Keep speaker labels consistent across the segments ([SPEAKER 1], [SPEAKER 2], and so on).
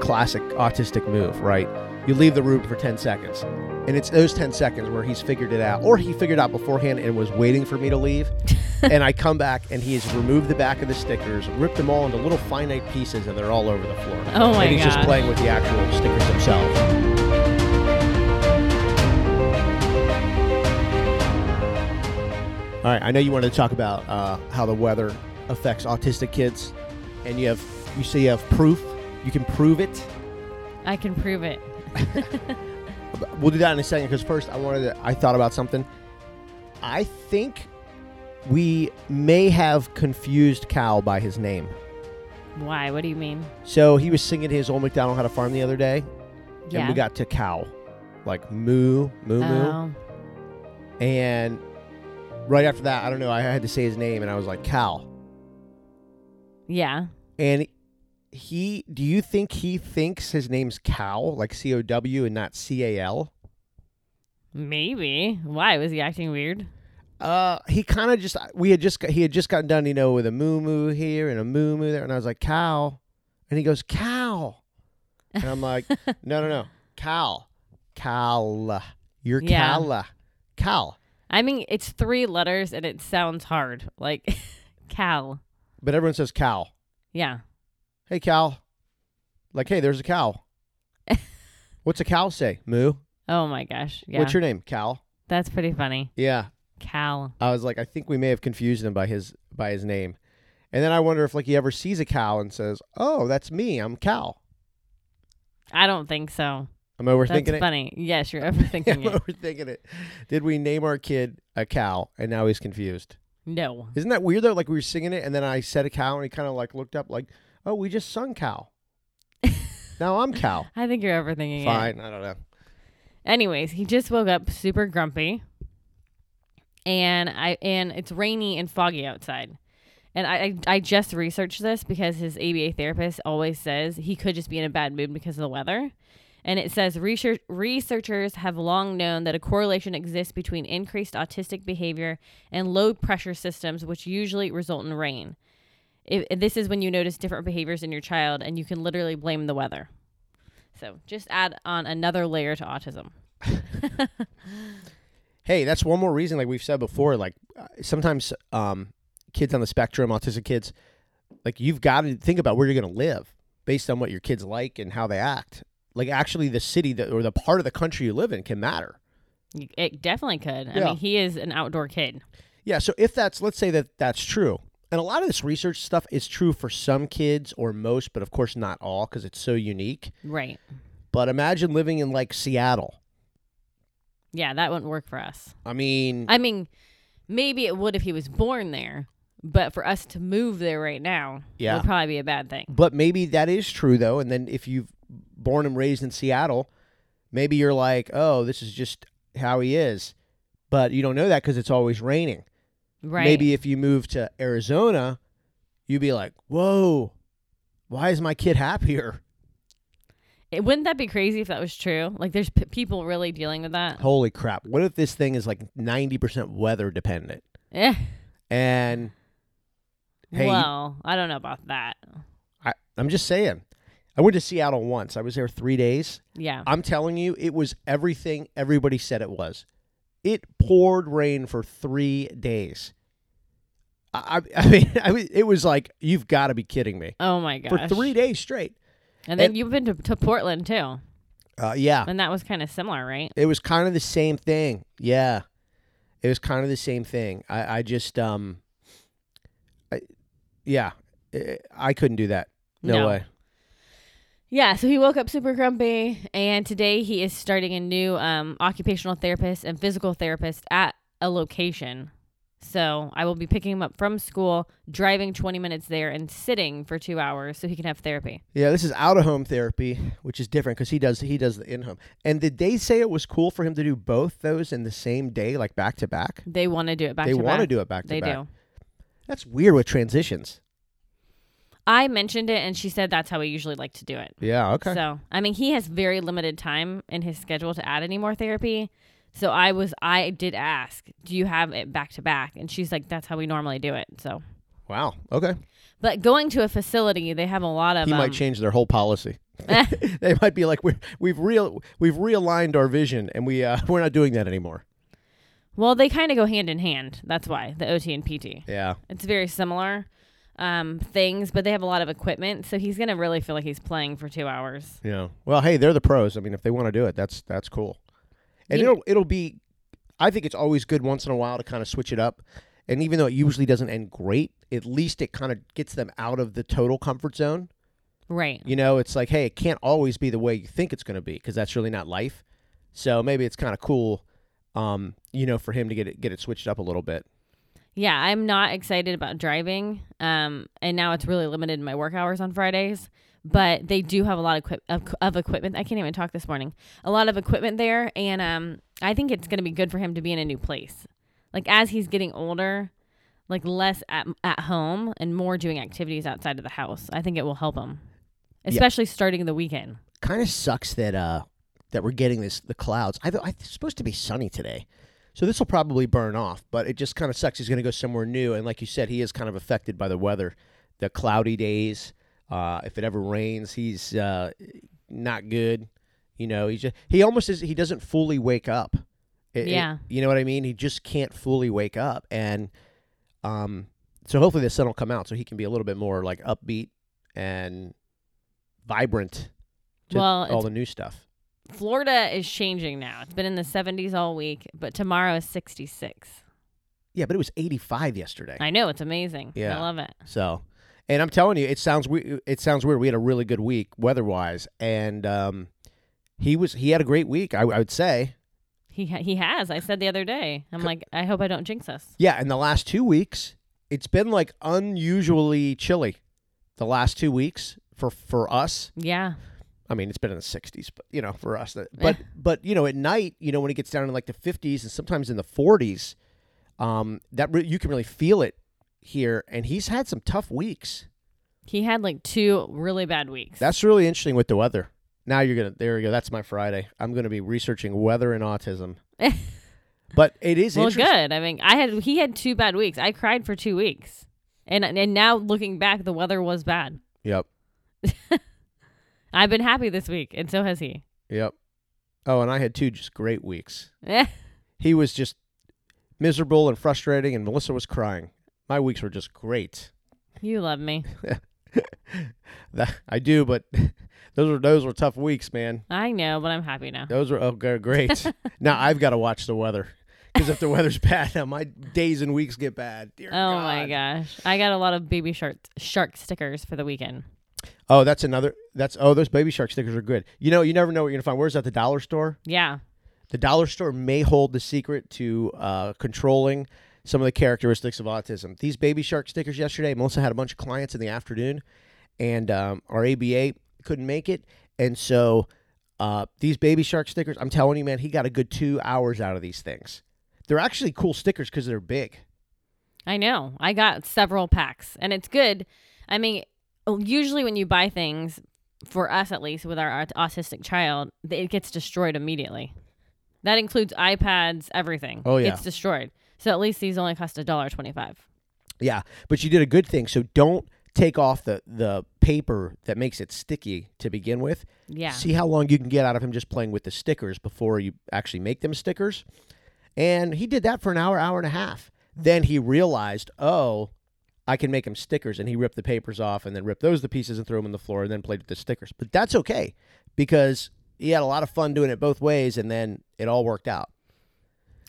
[SPEAKER 1] classic autistic move, right? You leave the room for 10 seconds. And it's those 10 seconds where he's figured it out, or he figured out beforehand and was waiting for me to leave. and I come back and he has removed the back of the stickers, ripped them all into little finite pieces, and they're all over the floor.
[SPEAKER 2] Oh my
[SPEAKER 1] And he's just
[SPEAKER 2] God.
[SPEAKER 1] playing with the actual stickers themselves. All right, I know you wanted to talk about uh, how the weather affects autistic kids, and you have you say you have proof. You can prove it.
[SPEAKER 2] I can prove it.
[SPEAKER 1] We'll do that in a second because first I wanted to, I thought about something. I think we may have confused Cal by his name.
[SPEAKER 2] Why? What do you mean?
[SPEAKER 1] So he was singing his old McDonald had a farm the other day,
[SPEAKER 2] Yeah.
[SPEAKER 1] and we got to cow, like moo moo moo,
[SPEAKER 2] Oh.
[SPEAKER 1] and right after that, I don't know. I had to say his name, and I was like Cal,
[SPEAKER 2] yeah.
[SPEAKER 1] and he. Do you think he thinks his name's Cal, like C O W, and not C A L?
[SPEAKER 2] Maybe. Why was he acting weird?
[SPEAKER 1] Uh, he kind of just we had just got- he had just gotten done, you know, with a moo moo here and a moo moo there, and I was like cow, and he goes cow, and I'm like no no no cow, cow, you're
[SPEAKER 2] Yeah.
[SPEAKER 1] cow, cow,
[SPEAKER 2] I mean, it's three letters and it sounds hard. Like Cal.
[SPEAKER 1] but everyone says cow.
[SPEAKER 2] Yeah.
[SPEAKER 1] Hey cow, like hey, there's a cow. What's a cow say? Moo.
[SPEAKER 2] Oh my gosh. Yeah.
[SPEAKER 1] What's your name? Cow.
[SPEAKER 2] That's pretty funny.
[SPEAKER 1] Yeah,
[SPEAKER 2] Cal.
[SPEAKER 1] I was like, I think we may have confused him by his by his name, and then I wonder if like he ever sees a cow and says, oh, that's me, I'm cow.
[SPEAKER 2] I don't think so.
[SPEAKER 1] I'm overthinking
[SPEAKER 2] That's
[SPEAKER 1] it.
[SPEAKER 2] funny. Yes, you're
[SPEAKER 1] I'm
[SPEAKER 2] overthinking it.
[SPEAKER 1] overthinking it. Did we name our kid a cow and now he's confused?
[SPEAKER 2] No.
[SPEAKER 1] Isn't that weird though? Like we were singing it and then I said a cow and he kind of like looked up like, oh, we just sung cow. now I'm cow.
[SPEAKER 2] I think you're overthinking it.
[SPEAKER 1] Fine. I don't know.
[SPEAKER 2] Anyways, he just woke up super grumpy. And I and it's rainy and foggy outside. And I, I I just researched this because his ABA therapist always says he could just be in a bad mood because of the weather. And it says research, researchers have long known that a correlation exists between increased autistic behavior and low pressure systems, which usually result in rain. If, this is when you notice different behaviors in your child, and you can literally blame the weather. So just add on another layer to autism.
[SPEAKER 1] Hey, that's one more reason. Like we've said before, like uh, sometimes um, kids on the spectrum, autistic kids, like you've got to think about where you're going to live based on what your kids like and how they act. Like actually, the city that, or the part of the country you live in can matter.
[SPEAKER 2] Y- It definitely could. I
[SPEAKER 1] Yeah.
[SPEAKER 2] mean, he is an outdoor kid.
[SPEAKER 1] Yeah, so if that's let's say that that's true. And a lot of this research stuff is true for some kids or most, but of course not all because it's so unique.
[SPEAKER 2] Right.
[SPEAKER 1] But imagine living in like Seattle.
[SPEAKER 2] Yeah, that wouldn't work for us.
[SPEAKER 1] I mean,
[SPEAKER 2] I mean, maybe it would if he was born there, but for us to move there right now
[SPEAKER 1] Yeah.
[SPEAKER 2] would probably be a bad thing.
[SPEAKER 1] but maybe that is true though. And then if you've born and raised in Seattle, maybe you're like, oh, this is just how he is. But you don't know that because it's always raining.
[SPEAKER 2] Right.
[SPEAKER 1] Maybe if you move to Arizona, you'd be like, whoa, why is my kid happier?
[SPEAKER 2] It, wouldn't that be crazy if that was true? Like, there's p- people really dealing with that.
[SPEAKER 1] holy crap what if this thing is like 90% weather dependent
[SPEAKER 2] Eh.
[SPEAKER 1] and hey you-
[SPEAKER 2] well, I don't know about that.
[SPEAKER 1] I, i'm just saying i went to seattle once i was there three days
[SPEAKER 2] Yeah.
[SPEAKER 1] i'm telling you it was everything everybody said it was it poured rain for three days i, I I mean I, was- it was like you've got to be kidding me
[SPEAKER 2] oh my gosh.
[SPEAKER 1] for three days straight
[SPEAKER 2] And then
[SPEAKER 1] and-
[SPEAKER 2] you've been to, to Portland too,
[SPEAKER 1] uh, yeah
[SPEAKER 2] and that was kind of similar, right?
[SPEAKER 1] It was kind of the same thing. Yeah. It was kind of the same thing. I, I just, um, I, yeah, I, I couldn't do that. No,
[SPEAKER 2] No.
[SPEAKER 1] way.
[SPEAKER 2] Yeah, so he woke up super grumpy, and today he is starting a new um, occupational therapist and physical therapist at a location. So I will be picking him up from school, driving 20 minutes there, and sitting for two hours so he can have therapy.
[SPEAKER 1] Yeah, this is out of home therapy, which is different because he does he does the in home. And did they say it was cool for him to do both those in the same day, like back to back?
[SPEAKER 2] They want to do it back
[SPEAKER 1] They
[SPEAKER 2] to
[SPEAKER 1] want to
[SPEAKER 2] back.
[SPEAKER 1] do it back to
[SPEAKER 2] They
[SPEAKER 1] back.
[SPEAKER 2] do.
[SPEAKER 1] That's weird with transitions.
[SPEAKER 2] I mentioned it, and she said that's how we usually like to do it.
[SPEAKER 1] Yeah. Okay.
[SPEAKER 2] So, I mean, he has very limited time in his schedule to add any more therapy. So I was, I did ask, do you have it back to back? And she's like, that's how we normally do it. So.
[SPEAKER 1] Wow. Okay.
[SPEAKER 2] But going to a facility, they have a lot of.
[SPEAKER 1] He
[SPEAKER 2] um,
[SPEAKER 1] might change their whole policy. they might be like, we we've real we've realigned our vision, and we uh, we're not doing that anymore.
[SPEAKER 2] Well, they kind of go hand in hand. That's why the OT and PT.
[SPEAKER 1] Yeah,
[SPEAKER 2] It's very similar um, things, but they have a lot of equipment, so he's gonna really feel like he's playing for two hours.
[SPEAKER 1] yeah. Well, hey, they're the pros. I mean, if they want to do it, that's that's cool. And
[SPEAKER 2] Yeah.
[SPEAKER 1] it'll it'll be. I think it's always good once in a while to kind of switch it up, and even though it usually doesn't end great, at least it kind of gets them out of the total comfort zone.
[SPEAKER 2] Right.
[SPEAKER 1] You know, it's like, hey, it can't always be the way you think it's going to be because that's really not life. So maybe it's kind of cool, um, you know, for him to get it get it switched up a little bit.
[SPEAKER 2] Yeah, I'm not excited about driving. Um, and now it's really limited in my work hours on Fridays. But they do have a lot of, equip- of of equipment. I can't even talk this morning. A lot of equipment there, and um, I think it's gonna be good for him to be in a new place. Like as he's getting older, like less at at home and more doing activities outside of the house. I think it will help him, especially starting the weekend.
[SPEAKER 1] Kind of sucks that uh that we're getting this the clouds. I, thought- I it's supposed to be sunny today, so this will probably burn off. But it just kind of sucks. He's going to go somewhere new, and like you said, he is kind of affected by the weather, the cloudy days. Uh, if it ever rains, he's uh, not good. You know, he's just, he almost is. He doesn't fully wake up. It- it-
[SPEAKER 2] Yeah.
[SPEAKER 1] you know what I mean. He just can't fully wake up, and um, so hopefully the sun will come out so he can be a little bit more like upbeat and vibrant. to
[SPEAKER 2] Well,
[SPEAKER 1] all
[SPEAKER 2] it's-
[SPEAKER 1] the new stuff.
[SPEAKER 2] Florida is changing now. It's been in the 70s all week, but tomorrow is 66.
[SPEAKER 1] Yeah, but it was 85 yesterday.
[SPEAKER 2] I know it's amazing.
[SPEAKER 1] Yeah.
[SPEAKER 2] I love it.
[SPEAKER 1] So, and I'm telling you, it sounds weird. It sounds weird. We had a really good week weather-wise, and um, he was he had a great week. I, I would say.
[SPEAKER 2] He ha- he has. I said the other day. I'm like, I hope I don't jinx us.
[SPEAKER 1] Yeah, and the last two weeks, it's been like unusually chilly. The last two weeks for for us,
[SPEAKER 2] Yeah.
[SPEAKER 1] I mean, it's been in the 60s, but you know, for us, that, but but you know, at night, you know, when it gets down in like the 50s and sometimes in the 40s, um, that re- you can really feel it here. And he's had some tough weeks.
[SPEAKER 2] He had like two really bad weeks.
[SPEAKER 1] That's really interesting with the weather. Now you're gonna there you go. That's my Friday. I'm gonna be researching weather and autism. but it is
[SPEAKER 2] well,
[SPEAKER 1] interesting.
[SPEAKER 2] good. I mean, I had he had two bad weeks. I cried for two weeks, and and now looking back, the weather was bad.
[SPEAKER 1] Yep.
[SPEAKER 2] I've been happy this week, and so has he.
[SPEAKER 1] Yep. Oh, and I had two just great weeks.
[SPEAKER 2] Eh,
[SPEAKER 1] He was just miserable and frustrating, and Melissa was crying. My weeks were just great.
[SPEAKER 2] you love me.
[SPEAKER 1] That- I do, but those were those were tough weeks, man.
[SPEAKER 2] I know, but I'm happy now.
[SPEAKER 1] Those were oh, g- great. now I've got to watch the weather because if the weather's bad, now my days and weeks get bad. Dear
[SPEAKER 2] Oh my
[SPEAKER 1] God.
[SPEAKER 2] gosh, I got a lot of baby shark shark stickers for the weekend.
[SPEAKER 1] Oh, that's another. That's oh, those baby shark stickers are good. You know, you never know what you're gonna find. Where's at the dollar store?
[SPEAKER 2] Yeah,
[SPEAKER 1] The dollar store may hold the secret to uh, controlling some of the characteristics of autism. These baby shark stickers yesterday. Melissa had a bunch of clients in the afternoon, and um, our ABA couldn't make it, and so uh, these baby shark stickers. I'm telling you, man, he got a good two hours out of these things. They're actually cool stickers because they're big.
[SPEAKER 2] I know. I got several packs, and it's good. I mean, oh, usually when you buy things, for us at least, with our aut- autistic child, th- it gets destroyed immediately. That includes iPads, everything.
[SPEAKER 1] Oh, yeah.
[SPEAKER 2] gets destroyed. So at least these only cost a dollar twenty-five.
[SPEAKER 1] Yeah, but you did a good thing. So don't take off the the paper that makes it sticky to begin with.
[SPEAKER 2] Yeah,
[SPEAKER 1] See how long you can get out of him just playing with the stickers before you actually make them stickers. And he did that for an hour, hour and a half. Then he realized, oh, I can make him stickers. And he ripped the papers off and then ripped those to pieces and threw them on the floor and then played with the stickers. But that's okay because he had a lot of fun doing it both ways and then it all worked out.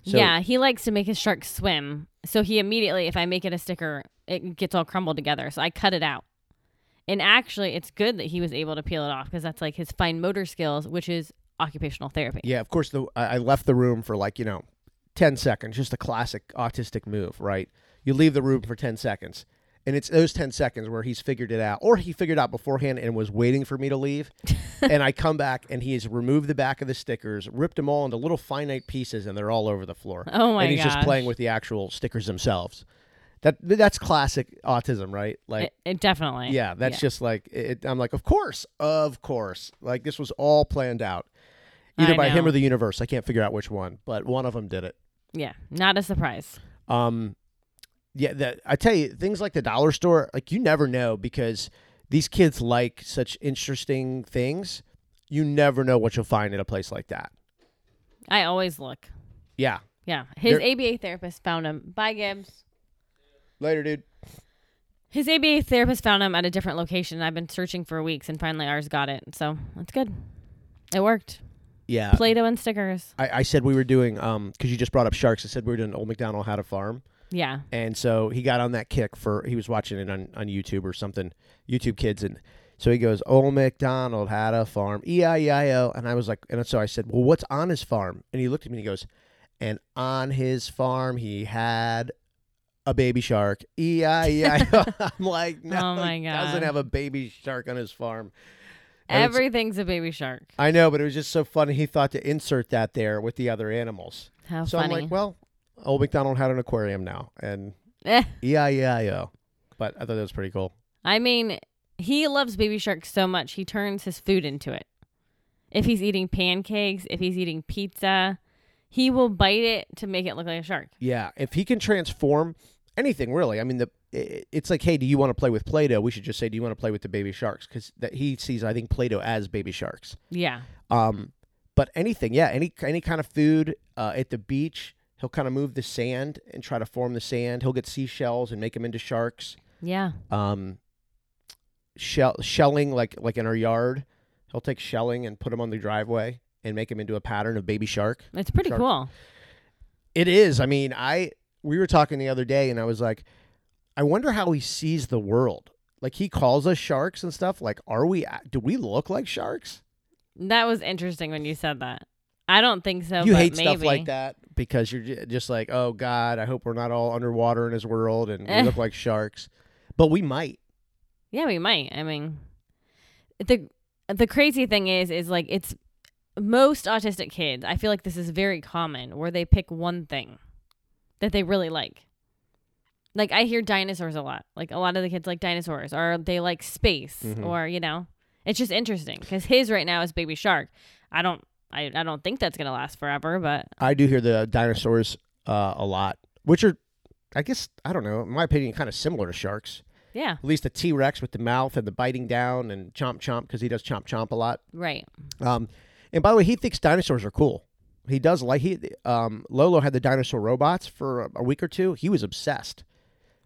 [SPEAKER 1] So-
[SPEAKER 2] yeah. He likes to make his shark swim, so he immediately, if I make it a sticker, it gets all crumbled together. So I cut it out. And actually, it's good that he was able to peel it off because that's like his fine motor skills, which is occupational therapy.
[SPEAKER 1] Yeah, of course. The I I left the room for like you know, ten seconds. Just a classic autistic move, right? You leave the room for ten seconds, and it's those ten seconds where he's figured it out, or he figured out beforehand and was waiting for me to leave, and I come back and he has removed the back of the stickers, ripped them all into little finite pieces, and they're all over the floor.
[SPEAKER 2] Oh my
[SPEAKER 1] And he's just
[SPEAKER 2] gosh.
[SPEAKER 1] playing with the actual stickers themselves. That that's classic autism, right? Like.
[SPEAKER 2] It, it definitely.
[SPEAKER 1] Yeah, that's just like it, I'm like, of course, of course. Like this was all planned out, either
[SPEAKER 2] I
[SPEAKER 1] by him
[SPEAKER 2] know.
[SPEAKER 1] or the universe. I can't figure out which one, but one of them did it.
[SPEAKER 2] Yeah, not a surprise.
[SPEAKER 1] Um, yeah, that I tell you, things like the dollar store, like you never know because these kids like such interesting things. You never know what you'll find at a place like that.
[SPEAKER 2] I always look.
[SPEAKER 1] Yeah.
[SPEAKER 2] Yeah. His
[SPEAKER 1] There-
[SPEAKER 2] ABA therapist found him. Bye, Gibbs.
[SPEAKER 1] Later, dude.
[SPEAKER 2] His ABA therapist found him at a different location. I've been searching for weeks and finally ours got it. So that's good. It worked.
[SPEAKER 1] Yeah.
[SPEAKER 2] Play Doh and stickers.
[SPEAKER 1] I, I said we were doing um because you just brought up sharks. I said we were doing Old McDonald How to Farm,
[SPEAKER 2] Yeah.
[SPEAKER 1] and so he got on that kick for he was watching it on on YouTube or something, YouTube Kids, and so he goes Old McDonald How to Farm, E I E I O, and I was like, and so I said, well, what's on his farm? And he looked at me and he goes, and on his farm he had a baby shark, E I E I O. I'm like, no,
[SPEAKER 2] Oh my
[SPEAKER 1] he doesn't
[SPEAKER 2] God.
[SPEAKER 1] have a baby shark on his farm. And it's-
[SPEAKER 2] Everything's a baby shark.
[SPEAKER 1] I know, but it was just so funny. He thought to insert that there with the other animals.
[SPEAKER 2] How
[SPEAKER 1] So
[SPEAKER 2] funny.
[SPEAKER 1] I'm like, well, Old McDonald had an aquarium now, and
[SPEAKER 2] Eh.
[SPEAKER 1] E-I-E-I-O. But I thought that was pretty cool.
[SPEAKER 2] I mean, he loves baby shark so much he turns his food into it. If he's eating pancakes, if he's eating pizza, he will bite it to make it look like a shark.
[SPEAKER 1] Yeah, if he can transform anything, really. I mean, the i- it's like, hey, do you want to play with Play-Doh? We should just say, do you want to play with the baby sharks? Because that he sees, I think, Play-Doh as baby sharks.
[SPEAKER 2] Yeah.
[SPEAKER 1] Um, but anything, yeah, any any kind of food uh, at the beach, he'll kind of move the sand and try to form the sand. He'll get seashells and make them into sharks.
[SPEAKER 2] Yeah.
[SPEAKER 1] um, shell shelling like like in our yard. He'll take shelling and put them on the driveway and make them into a pattern of baby shark.
[SPEAKER 2] It's pretty
[SPEAKER 1] Sharks.
[SPEAKER 2] cool.
[SPEAKER 1] It is. I mean, I we were talking the other day, and I was like, I wonder how he sees the world. Like he calls us sharks and stuff. Like, are we? Do we look like sharks?
[SPEAKER 2] That was interesting when you said that. I don't think so.
[SPEAKER 1] you
[SPEAKER 2] but
[SPEAKER 1] hate
[SPEAKER 2] maybe.
[SPEAKER 1] stuff like that because you're ju- just like, oh God, I hope we're not all underwater in his world and we
[SPEAKER 2] Eh.
[SPEAKER 1] look like sharks. But we might.
[SPEAKER 2] Yeah, we might. I mean, the the crazy thing is, is like it's most autistic kids. I feel like this is very common, where they pick one thing that they really like. Like I hear dinosaurs a lot. Like a lot of the kids like dinosaurs, or they like space,
[SPEAKER 1] Mhm.
[SPEAKER 2] or you know, it's just interesting because his right now is baby shark. I don't, I, I don't think that's gonna last forever, but
[SPEAKER 1] I do hear the dinosaurs uh, a lot, which are, I guess, I don't know, in my opinion, kind of similar to sharks.
[SPEAKER 2] yeah,
[SPEAKER 1] At least the T Rex with the mouth and the biting down and chomp chomp because he does chomp chomp a lot.
[SPEAKER 2] right.
[SPEAKER 1] Um, and by the way, he thinks dinosaurs are cool. He does like he um, Lolo had the dinosaur robots for a, a week or two. He was obsessed,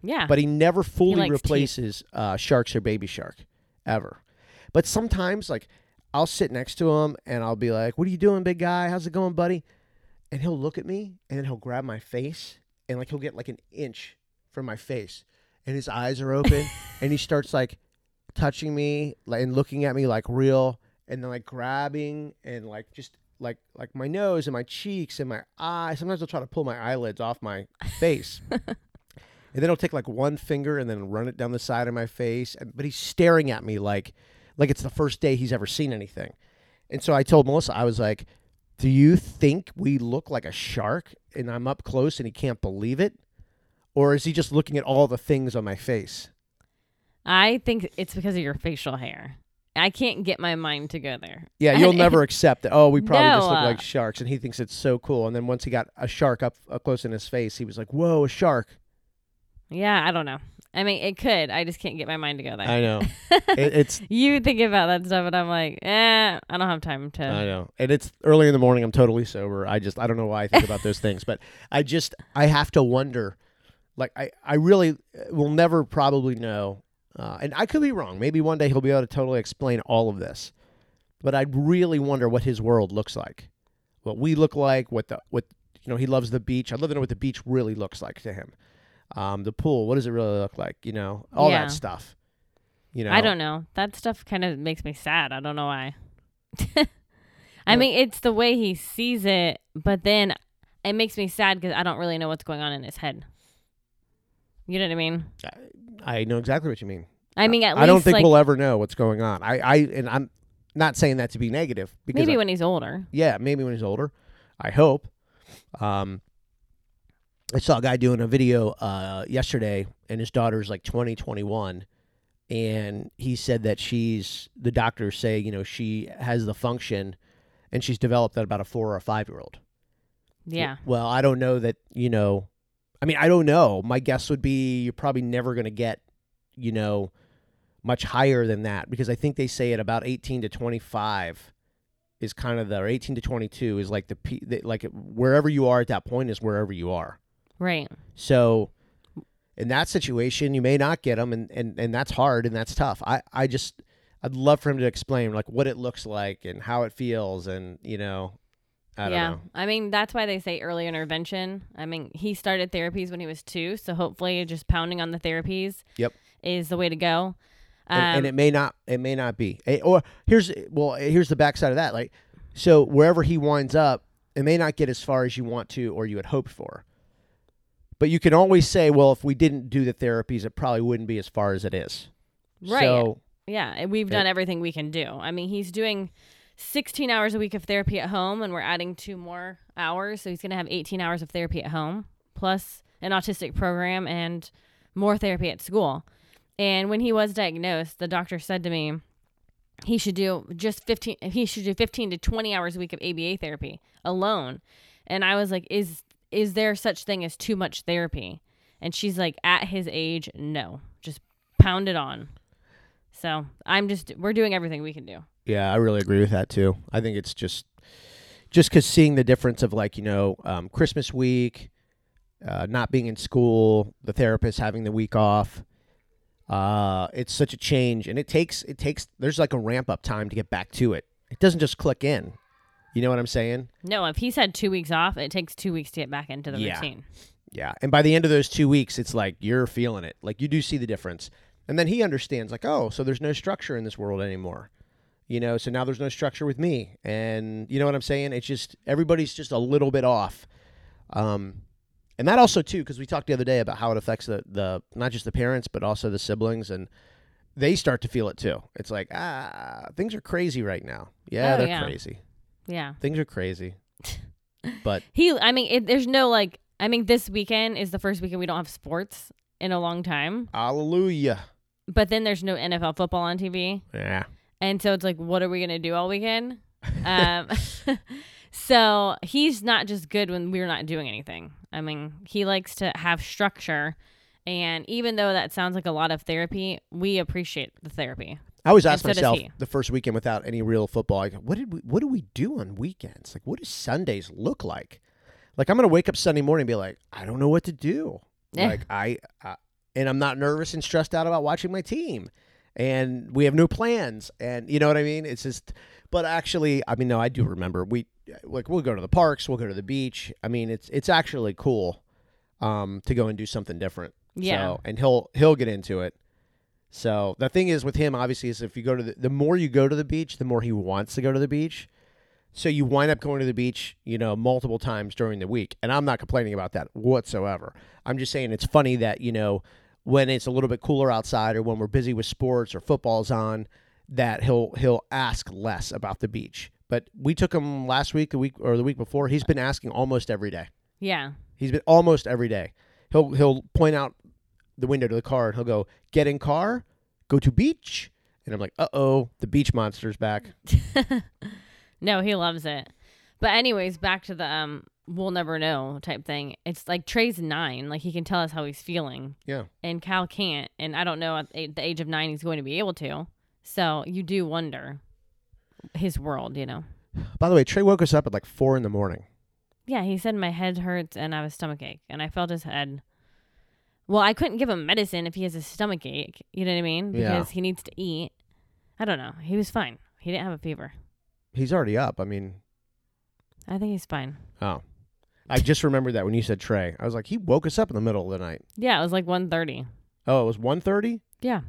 [SPEAKER 2] Yeah,
[SPEAKER 1] but he never fully
[SPEAKER 2] likes teeth.
[SPEAKER 1] replaces uh, sharks or baby shark ever. But sometimes, like, I'll sit next to him and I'll be like, "What are you doing, big guy? How's it going, buddy?" and he'll look at me and then he'll grab my face and like he'll get like an inch from my face and his eyes are open and he starts like touching me like, and looking at me like real and then like grabbing and like just like like my nose and my cheeks and my eyes sometimes he'll try to pull my eyelids off my face and then he'll take like one finger and then run it down the side of my face and, but he's staring at me like like it's the first day he's ever seen anything and so i told melissa i was like do you think we look like a shark and I'm up close and he can't believe it? Or is he just looking at all the things on my face?
[SPEAKER 2] I think it's because of your facial hair. I can't get my mind to go there.
[SPEAKER 1] Yeah, you'll never accept that. Oh, we probably just look
[SPEAKER 2] No, uh,
[SPEAKER 1] like sharks. And he thinks it's so cool. And then once he got a shark up, up close in his face, he was like, whoa, a shark.
[SPEAKER 2] Yeah, I don't know. I mean, it could. I just can't get my mind to go there.
[SPEAKER 1] I know. it, it's,
[SPEAKER 2] you think about that stuff, and I'm like, eh, I don't have time to.
[SPEAKER 1] I know. And it's early in the morning. I'm totally sober. I just, I don't know why I think about those things. But I just, I have to wonder. Like, I, I really uh, will never probably know. Uh, and I could be wrong. Maybe one day he'll be able to totally explain all of this. But I really wonder what his world looks like. What we look like, what the, what, you know, he loves the beach. I'd love to know what the beach really looks like to him. Um, the pool, what does it really look like? You know, all
[SPEAKER 2] Yeah.
[SPEAKER 1] that stuff. You know,
[SPEAKER 2] I don't know. That stuff kind of makes me sad. I don't know why. I
[SPEAKER 1] Yeah.
[SPEAKER 2] mean, it's the way he sees it, but then it makes me sad because I don't really know what's going on in his head. You know what I mean?
[SPEAKER 1] I know exactly what you mean.
[SPEAKER 2] I mean, at least
[SPEAKER 1] I don't think
[SPEAKER 2] like
[SPEAKER 1] we'll ever know what's going on. I, I and I'm not saying that to be negative because
[SPEAKER 2] maybe
[SPEAKER 1] I-
[SPEAKER 2] when he's older.
[SPEAKER 1] yeah, maybe when he's older. I hope. Um I saw a guy doing a video uh yesterday and his daughter's like 20, 21 and he said that she's the doctors say, you know, she has the function and she's developed at about a 4 or a 5 year old.
[SPEAKER 2] Yeah,
[SPEAKER 1] Well, I don't know that, you know, I mean, I don't know. My guess would be you're probably never going to get, you know, much higher than that because I think they say at about 18 to 25 is kind of the or 18 to 22 is like the pe- the- like wherever you are at that point is wherever you are.
[SPEAKER 2] Right.
[SPEAKER 1] So in that situation, you may not get him, and and and that's hard and that's tough. I I just I'd love for him to explain like what it looks like and how it feels, and you know, I don't
[SPEAKER 2] yeah.
[SPEAKER 1] know.
[SPEAKER 2] I mean, that's why they say early intervention. I mean, he started therapies when he was two, so hopefully, just pounding on the therapies.
[SPEAKER 1] Yep.
[SPEAKER 2] Is the way to go. Um,
[SPEAKER 1] and, and it may not it may not be Eh, or here's well eh, here's the backside of that like so wherever he winds up it may not get as far as you want to or you had hoped for but you can always say well if we didn't do the therapies it probably wouldn't be as far as it is
[SPEAKER 2] Right.
[SPEAKER 1] so
[SPEAKER 2] Yeah, and we've done everything we can do. I mean, he's doing 16 hours a week of therapy at home, and we're adding two more hours. So he's going to have 18 hours of therapy at home, plus an autistic program and more therapy at school. And when he was diagnosed, the doctor said to me, he should do just 15 he should do 15 to 20 hours a week of ABA therapy alone. And I was like, is is there such thing as too much therapy? And she's like, at his age, no. Just pound it on. So I'm just we're doing everything we can do.
[SPEAKER 1] yeah i really agree with that too i think it's just just because seeing the difference of like you know um, christmas week uh, not being in school the therapist having the week off uh, it's such a change and it takes it takes there's like a ramp up time to get back to it it doesn't just click in you know what i'm saying
[SPEAKER 2] No, if he's had two weeks off, it takes two weeks to get back into the
[SPEAKER 1] Yeah.
[SPEAKER 2] routine.
[SPEAKER 1] yeah and by the end of those two weeks it's like you're feeling it like you do see the difference and then he understands like oh so there's no structure in this world anymore you know so now there's no structure with me and you know what i'm saying it's just everybody's just a little bit off um and that also too because we talked the other day about how it affects the the not just the parents but also the siblings and they start to feel it too it's like ah things are crazy right now yeah
[SPEAKER 2] Oh,
[SPEAKER 1] they're
[SPEAKER 2] yeah.
[SPEAKER 1] crazy
[SPEAKER 2] Yeah.
[SPEAKER 1] things are crazy but
[SPEAKER 2] He I mean, it, there's no like I mean, this weekend is the first weekend we don't have sports in a long time.
[SPEAKER 1] hallelujah
[SPEAKER 2] But then there's no NFL football on TV.
[SPEAKER 1] yeah
[SPEAKER 2] And so it's like, what are we gonna do all weekend? Um, so he's not just good when we're not doing anything. I mean, he likes to have structure, and even though that sounds like a lot of therapy, we appreciate the therapy.
[SPEAKER 1] I always
[SPEAKER 2] And
[SPEAKER 1] ask
[SPEAKER 2] so does
[SPEAKER 1] myself
[SPEAKER 2] he.
[SPEAKER 1] the first weekend without any real football. I go, what did we, what do we do on weekends? Like, what do Sundays look like? Like, I'm gonna wake up Sunday morning and be like, I don't know what to do.
[SPEAKER 2] Yeah.
[SPEAKER 1] Like, I, I and I'm not nervous and stressed out about watching my team, and we have no plans, and you know what I mean. It's just, but actually, I mean, no, I do remember we like we'll go to the parks, we'll go to the beach. I mean, it's it's actually cool, um, to go and do something different.
[SPEAKER 2] Yeah.
[SPEAKER 1] So, and he'll he'll get into it. So the thing is with him, obviously, is if you go to the, the more you go to the beach, the more he wants to go to the beach. So you wind up going to the beach, you know, multiple times during the week. And I'm not complaining about that whatsoever. I'm just saying it's funny that, you know, when it's a little bit cooler outside or when we're busy with sports or football's on, that he'll he'll ask less about the beach. But we took him last week, the week or the week before. He's been asking almost every day.
[SPEAKER 2] Yeah,
[SPEAKER 1] He's been almost every day. He'll he'll point out the window to the car and he'll go, "Get in car, go to beach." And I'm like, "Uh oh, the beach monster's back."
[SPEAKER 2] no, he loves it. But anyways, back to the um, we'll never know type thing. It's like Trey's nine, like he can tell us how he's feeling,
[SPEAKER 1] Yeah,
[SPEAKER 2] and Cal can't, and I don't know at a- the age of nine he's going to be able to. So you do wonder his world, you know.
[SPEAKER 1] By the way, Trey woke us up at like four in the morning.
[SPEAKER 2] Yeah, he said my head hurts and I have a stomach ache, and I felt his head. Well, I couldn't give him medicine if he has a stomach ache. You know what I mean?
[SPEAKER 1] Yeah.
[SPEAKER 2] Because he needs to eat. I don't know. He was fine. He didn't have a fever.
[SPEAKER 1] He's already up. I mean,
[SPEAKER 2] I think he's fine.
[SPEAKER 1] oh, I just remembered that when you said Trey, I was like, he woke us up in the middle of the night.
[SPEAKER 2] Yeah, it was like one thirty.
[SPEAKER 1] Oh, it was one thirty.
[SPEAKER 2] Yeah.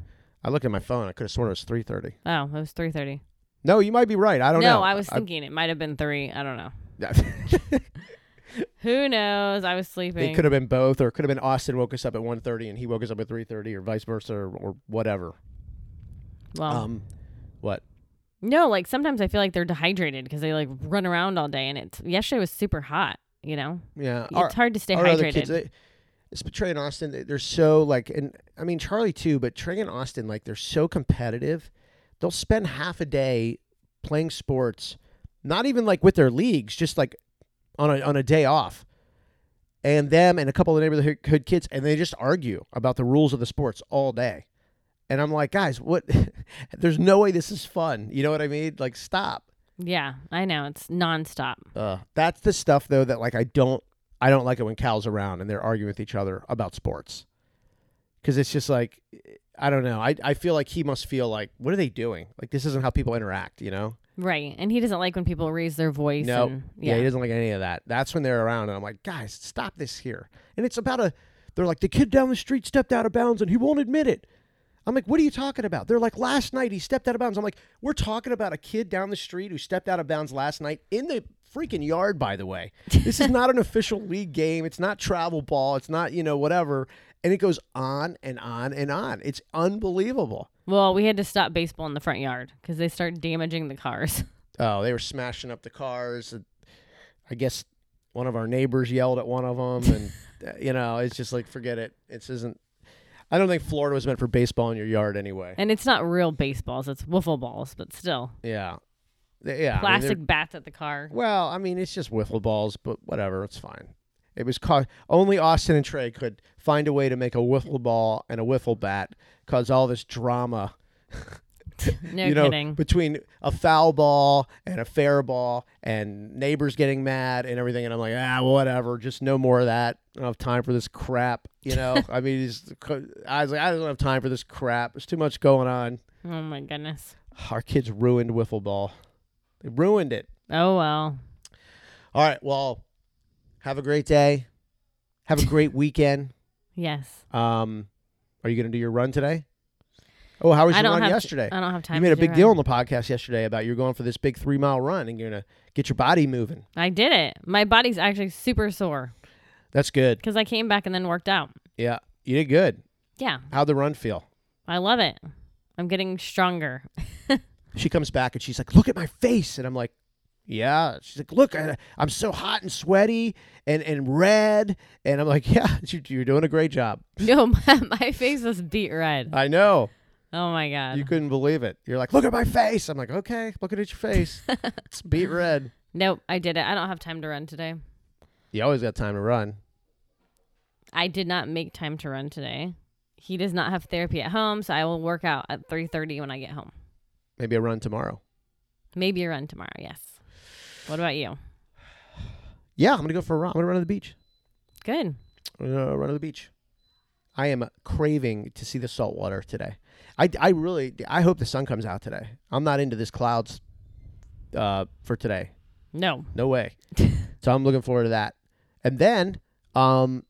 [SPEAKER 1] I looked at my phone. I could have sworn it was three thirty.
[SPEAKER 2] Oh, it was three thirty.
[SPEAKER 1] No, you might be right. I
[SPEAKER 2] No,
[SPEAKER 1] don't know.
[SPEAKER 2] I was thinking it might have been three. I don't know.
[SPEAKER 1] I-
[SPEAKER 2] Who knows? I was sleeping.
[SPEAKER 1] It could have been both, or it could have been Austin woke us up at 1.30 and he woke us up at 3.30 or vice versa or, or whatever.
[SPEAKER 2] well,
[SPEAKER 1] Um, what?
[SPEAKER 2] no. Like sometimes I feel like they're dehydrated because they like run around all day, and it's yesterday was super hot. You know,
[SPEAKER 1] Yeah,
[SPEAKER 2] it's
[SPEAKER 1] our,
[SPEAKER 2] hard to stay
[SPEAKER 1] our
[SPEAKER 2] hydrated.
[SPEAKER 1] other Oh, kids, they, it's but Trey and Austin. they- They're so like, and I mean Charlie too, but Trey and Austin, like, they're so competitive. They'll spend half a day playing sports, not even like with their leagues, just like on a on a day off. And them and a couple of neighborhood kids, and they just argue about the rules of the sports all day. And I'm like, guys, what? There's no way this is fun. You know what I mean? Like, stop.
[SPEAKER 2] Yeah, I know. It's nonstop.
[SPEAKER 1] Uh, that's the stuff though that like I don't I don't like it when Cal's around and they're arguing with each other about sports. Cause it's just like I don't know. I, I feel like he must feel like, what are they doing? Like this isn't how people interact, you know?
[SPEAKER 2] Right. And he doesn't like when people raise their voice.
[SPEAKER 1] No.
[SPEAKER 2] and-
[SPEAKER 1] Yeah.
[SPEAKER 2] yeah.
[SPEAKER 1] he doesn't like any of that. That's when they're around and I'm like, guys, stop this here. And it's about a they're like, the kid down the street stepped out of bounds and he won't admit it. I'm like, what are you talking about? They're like, last night he stepped out of bounds. I'm like, we're talking about a kid down the street who stepped out of bounds last night in the freaking yard, by the way. This is not an official league game. It's not travel ball. It's not, you know, whatever. And it goes on and on and on. It's unbelievable.
[SPEAKER 2] well, we had to stop baseball in the front yard because they start damaging the cars.
[SPEAKER 1] Oh, they were smashing up the cars. I guess one of our neighbors yelled at one of them, and uh, you know, it's just like forget it. It isn't. I don't think Florida was meant for baseball in your yard anay.
[SPEAKER 2] and it's not real baseballs, it's wiffle balls, but still.
[SPEAKER 1] Yeah, They- yeah. I mean, they're-
[SPEAKER 2] Plastic bats at the car.
[SPEAKER 1] well, I mean, it's just wiffle balls, but whatever, it's fine. It was caught. Only Austin and Trey could find a way to make a wiffle ball and a wiffle bat cause all this drama.
[SPEAKER 2] No
[SPEAKER 1] you know,
[SPEAKER 2] kidding.
[SPEAKER 1] between a foul ball and a fair ball and neighbors getting mad and everything. And I'm like, ah, whatever. Just no more of that. I don't have time for this crap. You know, I mean, it's, I was like, I don't have time for this crap. There's too much going on.
[SPEAKER 2] oh my goodness.
[SPEAKER 1] Our kids ruined wiffle ball. They ruined it.
[SPEAKER 2] Oh well.
[SPEAKER 1] All right. Well, have a great day. Have a great weekend.
[SPEAKER 2] Yes.
[SPEAKER 1] Um, are you going to do your run today? Oh, how was
[SPEAKER 2] I
[SPEAKER 1] your
[SPEAKER 2] don't
[SPEAKER 1] run
[SPEAKER 2] have
[SPEAKER 1] yesterday?
[SPEAKER 2] To, I don't have time.
[SPEAKER 1] you made
[SPEAKER 2] to
[SPEAKER 1] a
[SPEAKER 2] do
[SPEAKER 1] big
[SPEAKER 2] it.
[SPEAKER 1] deal on the podcast yesterday about you're going for this big three mile run and you're gonna get your body moving.
[SPEAKER 2] I did it. My body's actually super sore
[SPEAKER 1] That's good.
[SPEAKER 2] because I came back and then worked out.
[SPEAKER 1] Yeah, you did good.
[SPEAKER 2] Yeah,
[SPEAKER 1] How'd the run feel?
[SPEAKER 2] I love it. I'm getting stronger.
[SPEAKER 1] She comes back and she's like, "Look at my face," and I'm like, "Yeah." She's like, "Look, I, I'm so hot and sweaty and and red," and I'm like, "Yeah, you, you're doing a great job."
[SPEAKER 2] Yo, my, my face was beat red.
[SPEAKER 1] I know
[SPEAKER 2] Oh my god.
[SPEAKER 1] you couldn't believe it. You're like, "Look at my face." I'm like, "Okay, looking at your face, it's beat red."
[SPEAKER 2] nope, I did it. I don't have time to run today.
[SPEAKER 1] You always got time to run.
[SPEAKER 2] I did not make time to run today. He does not have therapy at home, so I will work out at 3:30 when I get home.
[SPEAKER 1] Maybe a run tomorrow.
[SPEAKER 2] Maybe a run tomorrow. Yes. What about you?
[SPEAKER 1] Yeah, I'm gonna go for a run. I'm gonna run to the beach.
[SPEAKER 2] Good.
[SPEAKER 1] uh, run to the beach. I am craving to see the salt water today. I, I really I hope the sun comes out today. I'm not into this clouds uh, for today.
[SPEAKER 2] No.
[SPEAKER 1] No way. so I'm looking forward to that. And then um,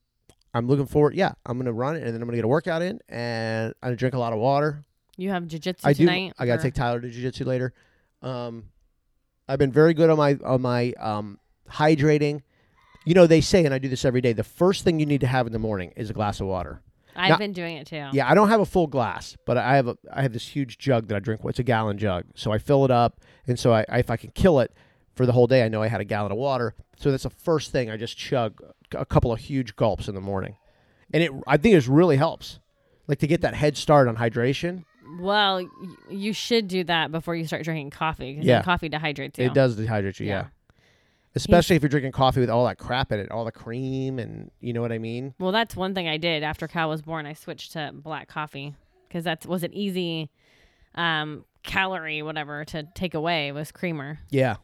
[SPEAKER 1] I'm looking forward. Yeah, I'm gonna run it, and then I'm gonna get a workout in, and I'm gonna drink a lot of water.
[SPEAKER 2] You have jujitsu
[SPEAKER 1] I do.
[SPEAKER 2] tonight.
[SPEAKER 1] I gotta
[SPEAKER 2] or-
[SPEAKER 1] take Tyler to jujitsu later. Um, I've been very good on my on my um, hydrating. You know they say, and I do this every day. The first thing you need to have in the morning is a glass of water.
[SPEAKER 2] I've
[SPEAKER 1] Now-
[SPEAKER 2] been doing it too.
[SPEAKER 1] Yeah, I don't have a full glass, but I have a I have this huge jug that I drink. It's a gallon jug, so I fill it up, and so I, I if I can kill it for the whole day, I know I had a gallon of water. So that's the first thing I just chug a couple of huge gulps in the morning, and it I think it really helps, like to get that head start on hydration.
[SPEAKER 2] Well, y- you should do that before you start drinking coffee. 'cause
[SPEAKER 1] Yeah.
[SPEAKER 2] then coffee dehydrates you.
[SPEAKER 1] It does dehydrate you, yeah.
[SPEAKER 2] Yeah.
[SPEAKER 1] Especially if you're drinking coffee with all that crap in it, all the cream, and you know what I mean.
[SPEAKER 2] Well, that's one thing I did after Cal was born. I switched to black coffee because that was an easy um, calorie, whatever, to take away was creamer.
[SPEAKER 1] Yeah,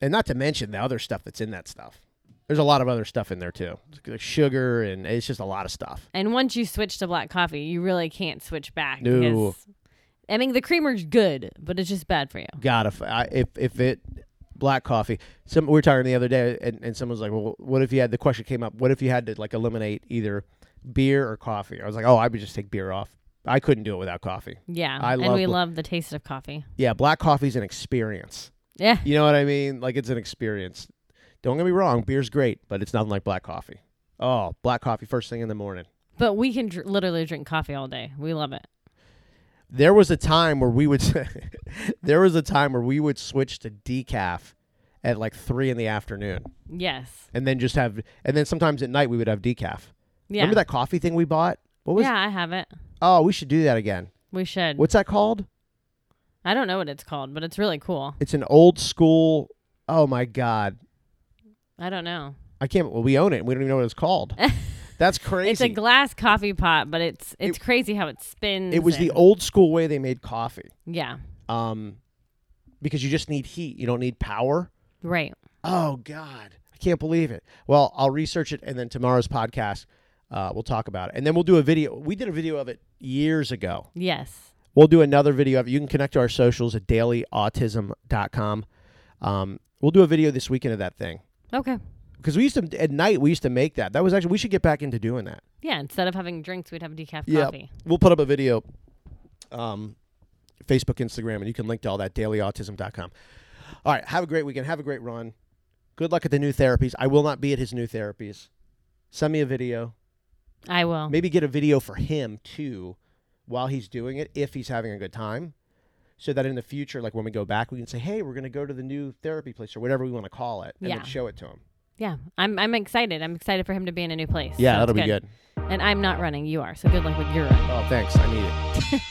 [SPEAKER 1] and not to mention the other stuff that's in that stuff. There's a lot of other stuff in there too, like sugar, and it's just a lot of stuff.
[SPEAKER 2] And once you switch to black coffee, you really can't switch back.
[SPEAKER 1] No.
[SPEAKER 2] because- I mean, the creamer's good, but it's just bad for you.
[SPEAKER 1] God, if I, if if it black coffee. Some we were talking the other day, and, and someone was like, "Well, what if you had?" The question came up, "What if you had to like eliminate either beer or coffee?" I was like, "Oh, I would just take beer off. I couldn't do it without coffee."
[SPEAKER 2] Yeah.
[SPEAKER 1] I
[SPEAKER 2] and
[SPEAKER 1] love
[SPEAKER 2] we
[SPEAKER 1] bla-
[SPEAKER 2] love the taste of coffee.
[SPEAKER 1] Yeah, black coffee's an experience.
[SPEAKER 2] Yeah.
[SPEAKER 1] You know what I mean? Like it's an experience. Don't get me wrong, beer's great, but it's nothing like black coffee. Oh, black coffee first thing in the morning.
[SPEAKER 2] But we can dr- literally drink coffee all day. We love it.
[SPEAKER 1] there was a time where we would there was a time where we would switch to decaf at like three in the afternoon
[SPEAKER 2] Yes.
[SPEAKER 1] and then just have and then sometimes at night we would have decaf
[SPEAKER 2] Yeah.
[SPEAKER 1] remember that coffee thing we bought what was
[SPEAKER 2] yeah, I have it.
[SPEAKER 1] oh we should do that again
[SPEAKER 2] We should.
[SPEAKER 1] what's that called
[SPEAKER 2] I don't know what it's called, but it's really cool.
[SPEAKER 1] it's an old school oh my god
[SPEAKER 2] I don't know.
[SPEAKER 1] i can't well we own it and we don't even know what it's called That's crazy.
[SPEAKER 2] It's a glass coffee pot, but it's it's
[SPEAKER 1] It-
[SPEAKER 2] crazy how it spins.
[SPEAKER 1] it was the
[SPEAKER 2] and-
[SPEAKER 1] old school way they made coffee,
[SPEAKER 2] yeah,
[SPEAKER 1] um, because you just need heat. You don't need power.
[SPEAKER 2] right.
[SPEAKER 1] Oh God, I can't believe it. Well, I'll research it, and then tomorrow's podcast, uh, we'll talk about it, and then we'll do a video. We did a video of it years ago.
[SPEAKER 2] Yes,
[SPEAKER 1] We'll do another video of it. You can connect to our socials at dailyautism.com. Um, we'll do a video this weekend of that thing
[SPEAKER 2] okay,
[SPEAKER 1] because we used to at night we used to make that. That was actually we should get back into doing that.
[SPEAKER 2] yeah. Instead of having drinks, we'd have decaf
[SPEAKER 1] Yeah.
[SPEAKER 2] coffee.
[SPEAKER 1] We'll put up a video, um, Facebook, Instagram, and you can link to all that dailyautism.com. All right, have a great weekend. Have a great run. Good luck at the new therapies. I will not be at his new therapies. Send me a video.
[SPEAKER 2] I will.
[SPEAKER 1] Maybe get a video for him too while he's doing it if he's having a good time. So that in the future, like when we go back, we can say, hey, we're going to go to the new therapy place or whatever we want to call it and
[SPEAKER 2] Yeah.
[SPEAKER 1] then show it to him.
[SPEAKER 2] Yeah, I'm I'm excited. I'm excited for him to be in a new place.
[SPEAKER 1] Yeah,
[SPEAKER 2] so it's
[SPEAKER 1] that'll be good.
[SPEAKER 2] And I'm not running. You are. So good luck with your run.
[SPEAKER 1] Oh, thanks. I need it.